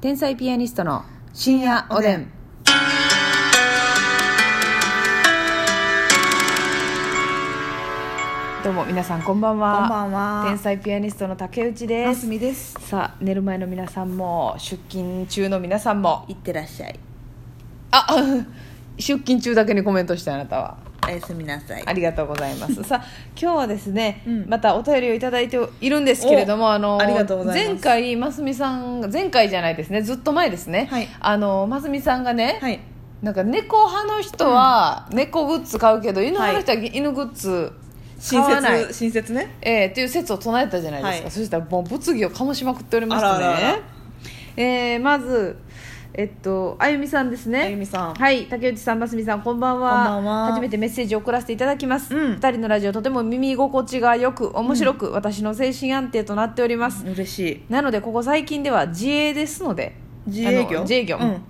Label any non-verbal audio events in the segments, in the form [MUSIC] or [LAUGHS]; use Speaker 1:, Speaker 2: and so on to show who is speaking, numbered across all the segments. Speaker 1: 天才ピアニストの深夜おでん。どうも皆さんこんばんは。
Speaker 2: こんばんは
Speaker 1: 天才ピアニストの竹内で
Speaker 2: ますす。みです
Speaker 1: さあ寝る前の皆さんも出勤中の皆さんも
Speaker 2: いってらっしゃい
Speaker 1: あ [LAUGHS] 出勤中だけにコメントしてあなたは。
Speaker 2: おやすみなさい
Speaker 1: ありがとうござい
Speaker 2: [LAUGHS]
Speaker 1: ます。さあ、今日はですね、
Speaker 2: うん
Speaker 1: またお便りをいただいているんですけれども、
Speaker 2: お
Speaker 1: あの。
Speaker 2: ありがとうございます
Speaker 1: 前回、ますみさんが、前回じゃないですね、ずっと前ですね。
Speaker 2: はい
Speaker 1: あの、ますみさんがね、
Speaker 2: はい
Speaker 1: なんか猫派の人は、猫グッズ買うけど、犬派の人は犬グッズ。買
Speaker 2: 新
Speaker 1: わない。
Speaker 2: 設新設ね
Speaker 1: えー、という説を唱えたじゃないですか、
Speaker 2: はい
Speaker 1: そしたらもう物議を醸しまくっておりますね
Speaker 2: あらあらあら
Speaker 1: えーまずえっとあゆみさんですね
Speaker 2: あゆみさん
Speaker 1: はい竹内さんますみさんこんばんは
Speaker 2: こんばんは
Speaker 1: 初めてメッセージを送らせていただきます、
Speaker 2: うん
Speaker 1: 二人のラジオとても耳心地がよく面白く、私の精神安定となっております、
Speaker 2: 嬉しい
Speaker 1: なのでここ最近では自営ですので
Speaker 2: 自営
Speaker 1: あの
Speaker 2: 業
Speaker 1: 自営業、
Speaker 2: うん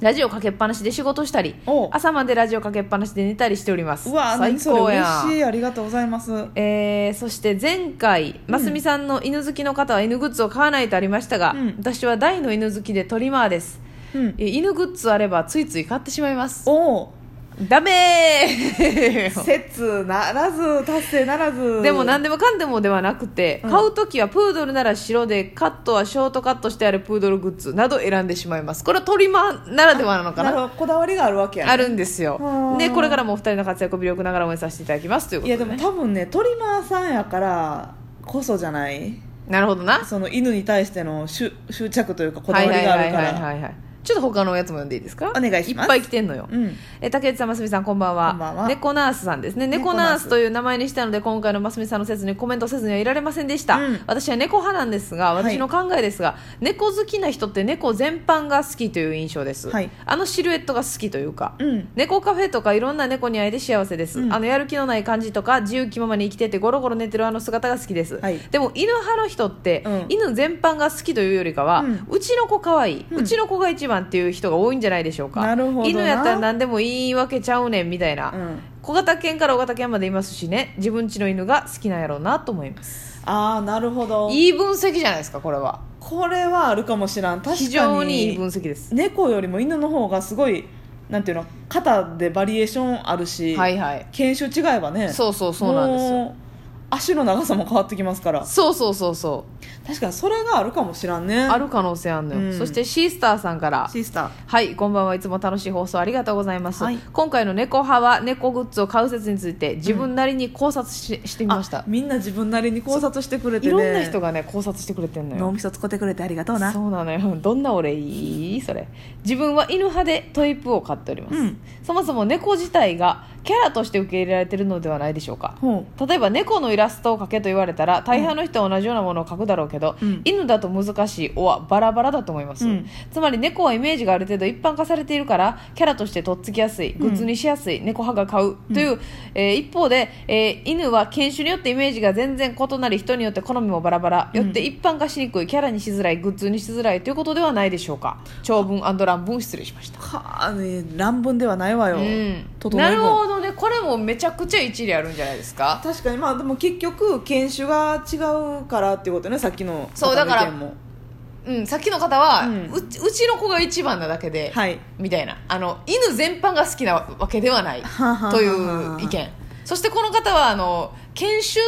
Speaker 1: ラジオかけっぱなしで仕事したり
Speaker 2: おう
Speaker 1: 朝までラジオかけっぱなしで寝たりしております
Speaker 2: うわ
Speaker 1: 最
Speaker 2: 何それ
Speaker 1: 高やん
Speaker 2: 嬉しいありがとうございますうん
Speaker 1: えーそして前回ますみさんの犬好きの方は犬グッズを買わないとありましたが、
Speaker 2: うん
Speaker 1: 私は大の犬好きでトリマーですえ犬グッズあればついつい買ってしまいます
Speaker 2: おお
Speaker 1: ダメ
Speaker 2: [LAUGHS]
Speaker 1: ー
Speaker 2: 切ならず達成ならず
Speaker 1: でも
Speaker 2: なん
Speaker 1: 何でもかんでもではなくて、
Speaker 2: うん
Speaker 1: 買う時はプードルなら白でカットはショートカットしてあるプードルグッズなど選んでしまいますこれはトリマーならではなのか
Speaker 2: な
Speaker 1: な
Speaker 2: るほどこだわりがあるわけやね
Speaker 1: あるんですよ
Speaker 2: うん
Speaker 1: でこれからもお二人の活躍を魅力ながら応援させていただきますというこ
Speaker 2: い
Speaker 1: と
Speaker 2: や
Speaker 1: で,、
Speaker 2: で
Speaker 1: ね、
Speaker 2: も多分ねトリマーさんやからこそじゃない
Speaker 1: なるほどな
Speaker 2: その犬に対しての執執着というかこだわりがあるか
Speaker 1: はいはいはい
Speaker 2: ら
Speaker 1: はいはいちょっと他のやつも読んでいいですか
Speaker 2: お願いしま
Speaker 1: い
Speaker 2: す
Speaker 1: っぱい来てんのよ、
Speaker 2: うん
Speaker 1: え竹内さん、ますみさんこんばんは
Speaker 2: こんばんは
Speaker 1: 猫ナースさんですね猫
Speaker 2: 猫
Speaker 1: ナ
Speaker 2: ナ
Speaker 1: ー
Speaker 2: ース
Speaker 1: スという名前にしたので今回のますみさんの説にコメントせずにはいられませんでした、
Speaker 2: うん
Speaker 1: 私は猫派なんですが
Speaker 2: はい
Speaker 1: 私の考えですが、猫好きな人って猫全般が好きという印象です、
Speaker 2: はい
Speaker 1: あのシルエットが好きというか、
Speaker 2: うん
Speaker 1: 猫カフェとかいろんな猫に会えて幸せです、
Speaker 2: うん
Speaker 1: あのやる気のない感じとか自由気ままに生きててゴロゴロ寝てるあの姿が好きです、
Speaker 2: はい
Speaker 1: でも犬派の人って、
Speaker 2: うん
Speaker 1: 犬全般が好きというよりかは、う
Speaker 2: うん
Speaker 1: ちの子可愛い、う
Speaker 2: うん
Speaker 1: ちの子が一番っていう人が多いんじゃないでしょうか
Speaker 2: なるほどな
Speaker 1: 犬やったら何でもいいわけちゃうねんみたいな、
Speaker 2: うん
Speaker 1: 小型犬から大型犬までいますしね自分家の犬が好きなんやろうなと思います
Speaker 2: ああなるほど
Speaker 1: いい分析じゃないですかこれは
Speaker 2: これはあるかもしらん確かに
Speaker 1: 非常にいい分析です
Speaker 2: 猫よりも犬の方がすごいなんていうの肩でバリエーションあるし、
Speaker 1: はいはい
Speaker 2: 犬種違えばね
Speaker 1: そうそうそうなんですよ
Speaker 2: もう足の長さも変わってきますから
Speaker 1: そうそうそうそう
Speaker 2: 確かにそれがあるかもしらんね
Speaker 1: ある可能性あるのよ、
Speaker 2: うん
Speaker 1: そしてシースターさんから
Speaker 2: シスター
Speaker 1: はいこんばんはいつも楽しい放送ありがとうございます、
Speaker 2: はい
Speaker 1: 今回の猫派は猫グッズを買う説について自分なりに考察し,、してみました
Speaker 2: あみんな自分なりに考察してくれて、
Speaker 1: い
Speaker 2: ね、
Speaker 1: ろんな人がね考察してくれてんの
Speaker 2: 脳
Speaker 1: よ
Speaker 2: みそ使ってくれてありがとうな
Speaker 1: そうなのよ [LAUGHS] どんな俺いいそれ自分は犬派でトイプーを飼っております、
Speaker 2: うん
Speaker 1: そもそも猫自体がキャラとして受け入れられてるのではないでしょうか
Speaker 2: ほ
Speaker 1: 例えば猫のイラストを描けと言われたら大半の人は同じようなものを描くだろうけど、
Speaker 2: うん
Speaker 1: 犬だと難しい「お」はバラバラだと思います、
Speaker 2: うん
Speaker 1: つまり猫はイメージがある程度一般化されているからキャラとしてとっつきやすいグッズにしやすい、猫派が買うという、えー一方で、えー犬は犬種によってイメージが全然異なり人によって好みもバラバラ、よって一般化しにくいキャラにしづらいグッズにしづらいということではないでしょうか長文乱文失礼しました
Speaker 2: うかあね乱文ではないわよ、
Speaker 1: うん、
Speaker 2: 整え
Speaker 1: な
Speaker 2: 文
Speaker 1: るほどねこれもめちゃくちゃ一理あるんじゃないですか
Speaker 2: 確かにまあでも結局犬種が違うからっていうことねさっきの
Speaker 1: そうだから
Speaker 2: 方の意見も
Speaker 1: うん、さっきの方は、う
Speaker 2: うん
Speaker 1: うちの子が一番なだけで、
Speaker 2: はい
Speaker 1: みたいなあの犬全般が好きなわけではない
Speaker 2: ははは
Speaker 1: という意見そしてこの方はあの研修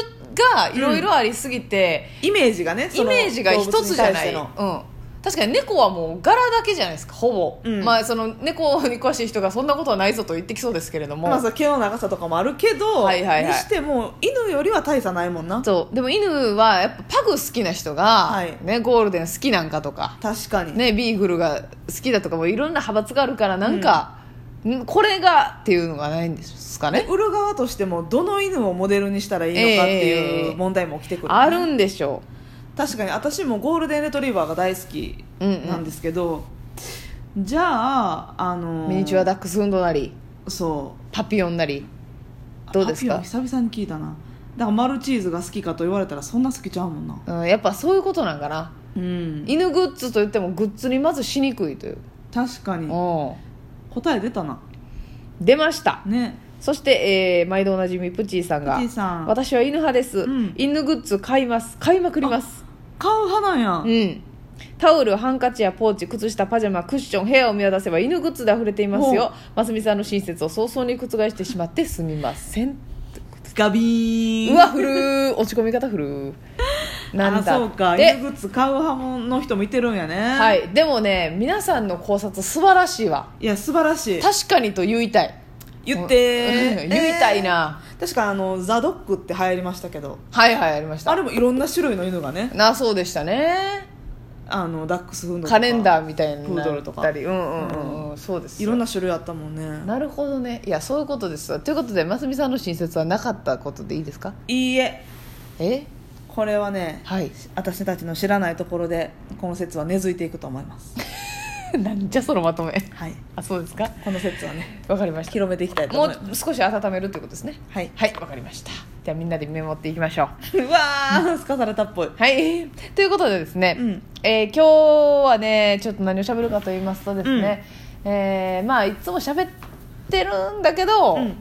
Speaker 1: がいろいろありすぎて、
Speaker 2: イメージがねそ
Speaker 1: イ
Speaker 2: の
Speaker 1: メージが一つじゃない、う
Speaker 2: 動物に対しての
Speaker 1: ん、確かに猫はもう柄だけじゃないですかほぼ、
Speaker 2: うん
Speaker 1: まあ、その猫に詳しい人がそんなことはないぞと言ってきそうですけれども、
Speaker 2: まあさ毛の長さとかもあるけど、
Speaker 1: はいはいはい
Speaker 2: にしても犬よりは大差ないもんな
Speaker 1: そうでも犬はやっぱパグ好きな人が、
Speaker 2: はい
Speaker 1: ね、ゴールデン好きなんかとか
Speaker 2: 確かに、
Speaker 1: ね、ビーグルが好きだとかもいろんな派閥があるからなんか、んこれがっていうのがないんですかね
Speaker 2: 売る側としてもどの犬をモデルにしたらいいのかって
Speaker 1: え
Speaker 2: い
Speaker 1: え
Speaker 2: う問題も起きてくる、
Speaker 1: あるんでしょ
Speaker 2: 確かに私もゴールデンレトリーバーが大好きなんですけど、じゃああ
Speaker 1: う
Speaker 2: の
Speaker 1: ミニチュアダックスフンドなり
Speaker 2: そう
Speaker 1: パピヨンなりどうですか
Speaker 2: パピヨン久々に聞いたなだからマルチーズが好きかと言われたらそんな好きちゃうもんな
Speaker 1: うん、やっぱそういうことなんかな
Speaker 2: うん
Speaker 1: 犬グッズといってもグッズにまずしにくいという、
Speaker 2: 確かに
Speaker 1: うん
Speaker 2: 答え出たな
Speaker 1: 出ました
Speaker 2: ね
Speaker 1: そして、えー毎度おなじみプチーさんが
Speaker 2: プチーさん
Speaker 1: 私は犬派です、
Speaker 2: うん
Speaker 1: 犬グッズ買います買いまくります
Speaker 2: 買う派なんや、
Speaker 1: うんタオルハンカチやポーチ靴下パジャマクッション部屋を見渡せば犬グッズで溢れています
Speaker 2: ほう
Speaker 1: よますみさんの親切を早々に覆してしまってすみません
Speaker 2: ガビーン
Speaker 1: うわふるー落ち込み方ふるーなんだ
Speaker 2: あそうか
Speaker 1: で
Speaker 2: 犬グッズ買う派もの人もいてるんやね
Speaker 1: はいい、でもね皆さんの考察素晴らしいわ
Speaker 2: いや素晴らしい
Speaker 1: 確かにと言いたい
Speaker 2: 言って
Speaker 1: うん [LAUGHS] 言いたいな、
Speaker 2: えー確かあのザ・ドッグって流行りましたけど
Speaker 1: はいはいありまし
Speaker 2: あ
Speaker 1: た
Speaker 2: れもいろんな種類の犬がね
Speaker 1: なそうでしたね
Speaker 2: あのダックスフンドとか
Speaker 1: カレンダーみたいにな
Speaker 2: プードルとか
Speaker 1: ったりうんうんうん、うん、そうです
Speaker 2: いろんな種類あったもんね
Speaker 1: なるほどねいやそういうことですわということでますみさんの親切はなかったことでいいですか
Speaker 2: いいえ
Speaker 1: え
Speaker 2: これはね
Speaker 1: はい
Speaker 2: 私たちの知らないところでこの説は根付いていくと思います
Speaker 1: [LAUGHS] なんじゃそのまとめ
Speaker 2: はい
Speaker 1: あそうですか
Speaker 2: この説はね
Speaker 1: わかりました
Speaker 2: 広めていきたいと
Speaker 1: も
Speaker 2: 思います
Speaker 1: う少し温めるということですね
Speaker 2: はい
Speaker 1: はいわかりましたじゃあみんなでメモっていきましょう
Speaker 2: うわーすかされたっぽい
Speaker 1: はい、 [LAUGHS] ということでですね、
Speaker 2: うん
Speaker 1: えー今日はねちょっと何を喋るかと言いますとですね、えーまあいつも喋ってるんだけど、
Speaker 2: ん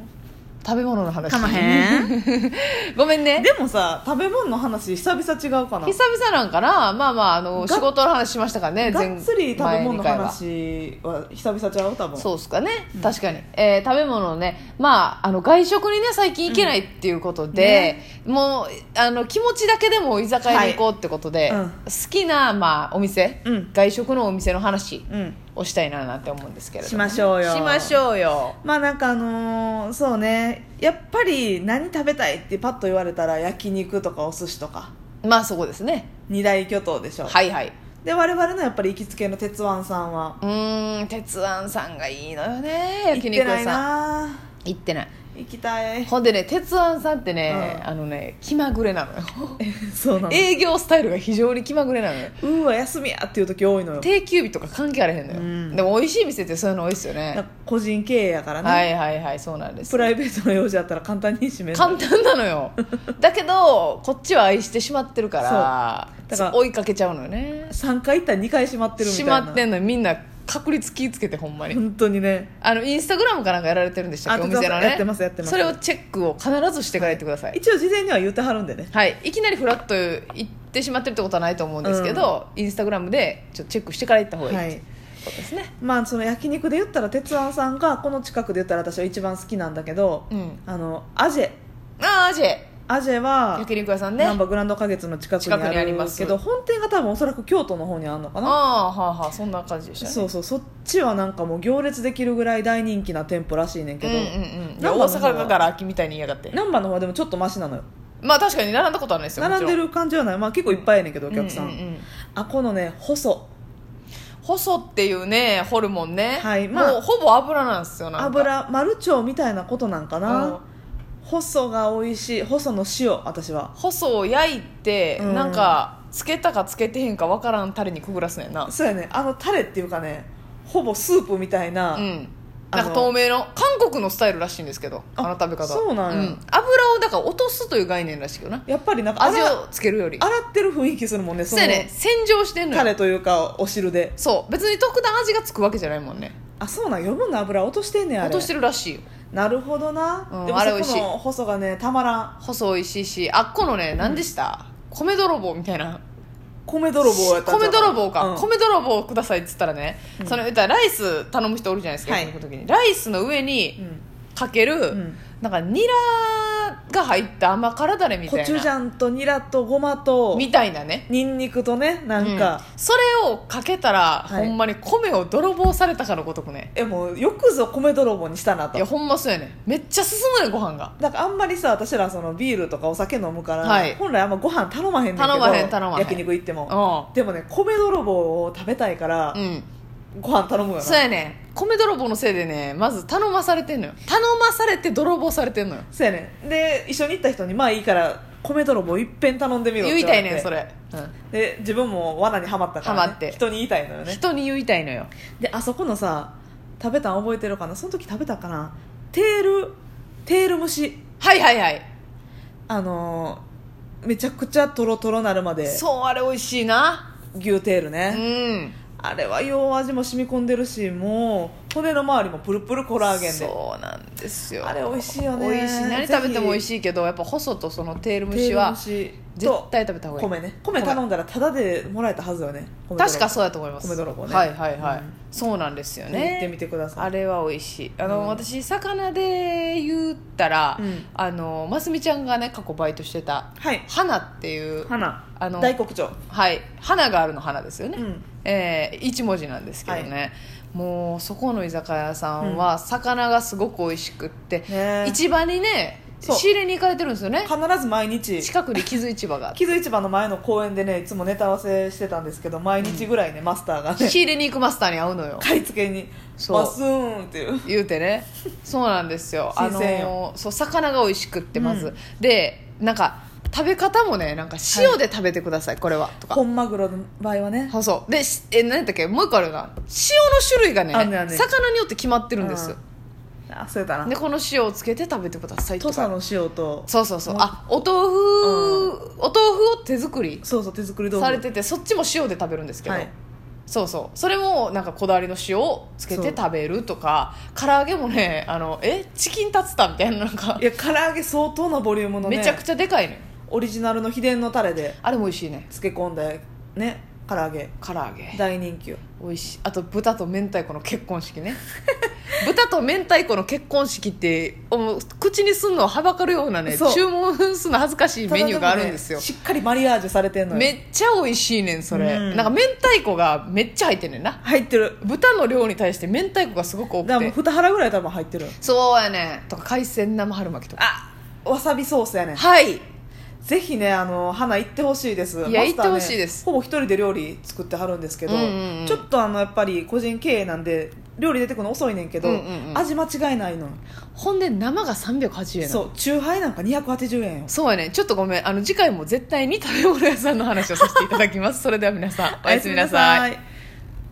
Speaker 1: 食べ物の話
Speaker 2: かまへん
Speaker 1: [LAUGHS] ごめんね
Speaker 2: でもさ食べ物の話久々違うかな
Speaker 1: 久々なんかなまあまああの
Speaker 2: が
Speaker 1: 仕事の話しましたからね
Speaker 2: がっつり食べ物
Speaker 1: 前二
Speaker 2: の
Speaker 1: 回は
Speaker 2: 話は久々ちゃう多分
Speaker 1: そうですかね、確かに、えー食べ物のね、まあ、あの外食にね最近行けないっていうことで、もうあの気持ちだけでも居酒屋に行こうってことで、
Speaker 2: はいうん
Speaker 1: 好きな、まあ、お店、
Speaker 2: うん
Speaker 1: 外食のお店の話
Speaker 2: うん
Speaker 1: をしたいななんて思うんですけれども
Speaker 2: しましょうよ
Speaker 1: しましょうよ
Speaker 2: まあなんかあのーそうねやっぱり何食べたいってパッと言われたら焼肉とかお寿司とか
Speaker 1: まあそこですね
Speaker 2: 二大巨頭でしょ、
Speaker 1: はいはい
Speaker 2: で我々のやっぱり行きつけの鉄腕さんは
Speaker 1: うーん鉄腕さんがいいのよね
Speaker 2: 行っ
Speaker 1: 焼肉
Speaker 2: てな
Speaker 1: 屋
Speaker 2: い
Speaker 1: さん
Speaker 2: な
Speaker 1: 行ってない
Speaker 2: 行き
Speaker 1: [LAUGHS]
Speaker 2: たい
Speaker 1: ほんでね鉄腕さんってね、
Speaker 2: うん
Speaker 1: あのね気まぐれなのよ
Speaker 2: [LAUGHS] そうなの
Speaker 1: 営業スタイルが非常に気まぐれなのよ
Speaker 2: うーわ休みやっていう時多いのよ
Speaker 1: 定休日とか関係あらへんのよ、
Speaker 2: うん
Speaker 1: でも美味しい店ってそういうの多いですよ
Speaker 2: なん
Speaker 1: ね
Speaker 2: か個人経営やからね、
Speaker 1: はいはいはいそうなんです
Speaker 2: プライベートの用事だったら簡単に閉める
Speaker 1: 簡単なの
Speaker 2: [LAUGHS]
Speaker 1: よだけどこっちは愛してしまってるから
Speaker 2: そうだから
Speaker 1: 追いかけちゃうのよね
Speaker 2: 3回行ったら2回閉まってるみたい
Speaker 1: 閉
Speaker 2: な
Speaker 1: まってんのにみんな確率気ぃつけてほんまに
Speaker 2: [LAUGHS] 本当にね
Speaker 1: あのインスタグラムかなんかやられてるんでしたっけ
Speaker 2: あ
Speaker 1: お店のね
Speaker 2: やってますやってます
Speaker 1: それをチェックを必ずしてから行ってください、
Speaker 2: 一応事前には言ってはるんでね
Speaker 1: はい、いきなりフラッと行ってしまってるってことはないと思うんですけど、インスタグラムでちょっとチェックしてから行った方がいい、
Speaker 2: はい
Speaker 1: そうですね
Speaker 2: まあその焼肉で言ったら鉄腕さんがこの近くで言ったら私は一番好きなんだけど、
Speaker 1: うん
Speaker 2: あのアジェ
Speaker 1: ああアジェ
Speaker 2: アジェは
Speaker 1: 焼肉屋さんね
Speaker 2: 難波グランド花月の近くに
Speaker 1: 近くにあ
Speaker 2: あ
Speaker 1: り
Speaker 2: り
Speaker 1: ま
Speaker 2: ますすけど本店が多分おそらく京都の方にあるのか
Speaker 1: あ
Speaker 2: な
Speaker 1: あはあはあそんな感じでしたね
Speaker 2: そうそうそっちはなんかもう行列できるぐらい大人気な店舗らしいねんけ
Speaker 1: うん
Speaker 2: ど、
Speaker 1: うんうんいや
Speaker 2: なん
Speaker 1: 大
Speaker 2: かもう
Speaker 1: 阪だから秋みたいに言いやがって
Speaker 2: 難波の方はでもちょっとマシなのよ
Speaker 1: まあ確かに並んだことはないですよ
Speaker 2: 並んで
Speaker 1: も
Speaker 2: る感じはない、まあ、結構いっぱいやねんけどお
Speaker 1: ちろ
Speaker 2: 客さん,、
Speaker 1: ううう
Speaker 2: あこのね細
Speaker 1: 細っていうねホルモンね、
Speaker 2: はいまあ
Speaker 1: もうほぼ油なんですよなんか
Speaker 2: 油丸腸みたいなことなんかな、
Speaker 1: うん
Speaker 2: 細が美味しい細の塩私は
Speaker 1: 細を焼いて、
Speaker 2: うん
Speaker 1: なんかつけたかつけてへんかわからんタレにくぐらすねんな
Speaker 2: そうやねあのタレっていうかねほぼスープみたいな、
Speaker 1: うん
Speaker 2: あ
Speaker 1: な
Speaker 2: の
Speaker 1: んか透明の韓国のスタイルらしいんですけどあ
Speaker 2: あ
Speaker 1: の食べ方
Speaker 2: そうなんや
Speaker 1: 油をだから落とすという概念らしいけどな
Speaker 2: やっぱりなんか
Speaker 1: 味
Speaker 2: 洗
Speaker 1: をつけるより
Speaker 2: 洗ってる雰囲気するもんね
Speaker 1: そ
Speaker 2: そうの
Speaker 1: やね洗浄してんの
Speaker 2: タ
Speaker 1: よ
Speaker 2: レというかお汁で
Speaker 1: そう別に特段味がつくわけじゃないもんね
Speaker 2: あそうなん余分な油落としてんねんあれ
Speaker 1: 落としてるらしいよ
Speaker 2: なるほどな、
Speaker 1: うん
Speaker 2: でも
Speaker 1: あ
Speaker 2: そ
Speaker 1: れ美味しい
Speaker 2: この細がねたまらん
Speaker 1: 細いしいしあっこのね何でした、米泥棒みたいな
Speaker 2: 米泥棒やったんち
Speaker 1: 米
Speaker 2: ゃうかな
Speaker 1: 泥棒か、
Speaker 2: うん
Speaker 1: 米泥棒くださいっつったらね、その言ったらライス頼む人おるじゃないですか、
Speaker 2: はい
Speaker 1: その時にライスの上にかける、
Speaker 2: ん
Speaker 1: なんかニラが入った甘辛だれみ
Speaker 2: コ
Speaker 1: たい
Speaker 2: チュジ
Speaker 1: な
Speaker 2: ャンとニラとごまと
Speaker 1: みたいなね
Speaker 2: ニンニクとねなんか、
Speaker 1: うんそれをかけたら、
Speaker 2: はい
Speaker 1: ほんまに米を泥棒されたかのごとくね
Speaker 2: えもうよくぞ米泥棒にしたないと
Speaker 1: やほんまそうやねめっちゃ進むねご飯が
Speaker 2: だからあんまりさ私らそのビールとかお酒飲むから、
Speaker 1: はい
Speaker 2: 本来あんまご飯頼まへんねんけど
Speaker 1: 頼まへん頼まへん
Speaker 2: 焼肉行っても、
Speaker 1: う
Speaker 2: でもね米泥棒を食べたいから、
Speaker 1: ん、うん、
Speaker 2: ご飯頼むよな
Speaker 1: そうやね米泥棒のせいでねまず頼まされてんのよ頼まされて泥棒されてんのよ
Speaker 2: そうやねんで一緒に行った人にまあいいから米泥棒いっぺん頼んでみろって
Speaker 1: 言い
Speaker 2: わ
Speaker 1: た
Speaker 2: れ
Speaker 1: い
Speaker 2: て
Speaker 1: ねんそれ、うん
Speaker 2: で自分も罠にはまったから、ね、
Speaker 1: はまって
Speaker 2: 人に言いたいのよね
Speaker 1: 人に言いたいのよ
Speaker 2: であそこのさ食べたん覚えてるかなその時食べたかなテールテール蒸し
Speaker 1: はいはいはい
Speaker 2: あのーめちゃくちゃトロトロなるまで
Speaker 1: そうあれ美味しいな
Speaker 2: 牛テール
Speaker 1: う
Speaker 2: ね、
Speaker 1: ん
Speaker 2: あれはよう味も染み込んでるしもう骨の周りもプルプルコラーゲンで
Speaker 1: そうなんですよ
Speaker 2: あれ美味しいよね
Speaker 1: 美味しい何
Speaker 2: ぜひ
Speaker 1: 食べても美味しいけどやっぱ細とそのテール蒸しは
Speaker 2: テール蒸し
Speaker 1: 絶対食べた方がいい
Speaker 2: 米ね米頼んだらタダでもらえたはずよね米泥棒
Speaker 1: 確かそうだと思います
Speaker 2: 米泥棒ね
Speaker 1: はいはいはい、
Speaker 2: うん
Speaker 1: そうなんですよ
Speaker 2: 行
Speaker 1: ね
Speaker 2: ってみてください
Speaker 1: あれは美味しいあの、
Speaker 2: うん
Speaker 1: 私魚で言ったら、
Speaker 2: うん
Speaker 1: あのますみちゃんがね過去バイトしてた
Speaker 2: はい
Speaker 1: 花っていう
Speaker 2: 花
Speaker 1: あの
Speaker 2: 大黒鳥
Speaker 1: はい花があるの花ですよね、
Speaker 2: うん
Speaker 1: えー一文字なんですけどね、もうそこの居酒屋さんは魚がすごく美味しくって、
Speaker 2: ね
Speaker 1: 市場にね
Speaker 2: そう
Speaker 1: 仕入れに行かれてるんですよね
Speaker 2: 必ず毎日
Speaker 1: 近くに木津市場が
Speaker 2: [LAUGHS]
Speaker 1: あって
Speaker 2: 木津市場の前の公園でねいつもネタ合わせしてたんですけど毎日ぐらいねマスターがね
Speaker 1: 仕入れに行くマスターに会うのよ
Speaker 2: 買い付けに
Speaker 1: そう
Speaker 2: バスーンっていう
Speaker 1: 言うてねそうなんですよあ
Speaker 2: 新鮮よ
Speaker 1: のそう魚が美味しくってまず、
Speaker 2: うん
Speaker 1: でなんか食べ方もねなんか塩で食べてください、これはとか
Speaker 2: 本マグロの場合はね
Speaker 1: そうそうでしえ何やったっけもう一個あるな塩の種類がね
Speaker 2: あんねんあんねん
Speaker 1: 魚によって決まってるんです、
Speaker 2: あそうやったな
Speaker 1: でこの塩をつけて食べてくださいと
Speaker 2: 土
Speaker 1: か
Speaker 2: 佐の塩と
Speaker 1: そうそうそう
Speaker 2: もう
Speaker 1: あお豆腐、お豆腐を手作り
Speaker 2: そうそう手作り豆腐
Speaker 1: されててそっちも塩で食べるんですけど、
Speaker 2: はい
Speaker 1: そうそうそれもなんかこだわりの塩をつけて食べるとか唐揚げもねあのえチキンタツタみたいななんか
Speaker 2: いや唐揚げ相当なボリュームのね
Speaker 1: めちゃくちゃでかいね
Speaker 2: オリジナルの秘伝のタレで
Speaker 1: あれも美味しいね
Speaker 2: 漬け込んでね唐揚げ
Speaker 1: 唐揚げ
Speaker 2: 大人気よ
Speaker 1: 美味しいあと豚と明太子の結婚式ね [LAUGHS] 豚と明太子の結婚式ってお口にすんのをはばかるようなね
Speaker 2: そう
Speaker 1: 注文するの恥ずかしいメニューがあるんですよ
Speaker 2: ただでもねしっかりマリアージュされてんのよ
Speaker 1: めっちゃ美味しいねんそれ、
Speaker 2: うん
Speaker 1: なんか明太子がめっちゃ入ってんねんな
Speaker 2: 入ってる
Speaker 1: 豚の量に対して明太子がすごく多
Speaker 2: だから
Speaker 1: く
Speaker 2: もう
Speaker 1: て
Speaker 2: 2腹ぐらい多分入ってる
Speaker 1: そうやねんとか海鮮生春巻きとか
Speaker 2: あわさびソースやね
Speaker 1: はい
Speaker 2: ぜひねあの花行ってほしいです
Speaker 1: いや
Speaker 2: マス
Speaker 1: 行っ
Speaker 2: ターね
Speaker 1: てほしいです
Speaker 2: ほぼ一人で料理作ってはるんですけど、
Speaker 1: うんうんうん
Speaker 2: ちょっとあのやっぱり個人経営なんで料理出てくるの遅いねんけど、
Speaker 1: うんうんうん
Speaker 2: 味間違いないの
Speaker 1: ほんで生が380円なの
Speaker 2: そうチューハイなんか280円よ
Speaker 1: そうやねちょっとごめんあの次回も絶対に食べ物屋さんの話をさせていただきますそれでは皆さんおやすみなさい
Speaker 2: い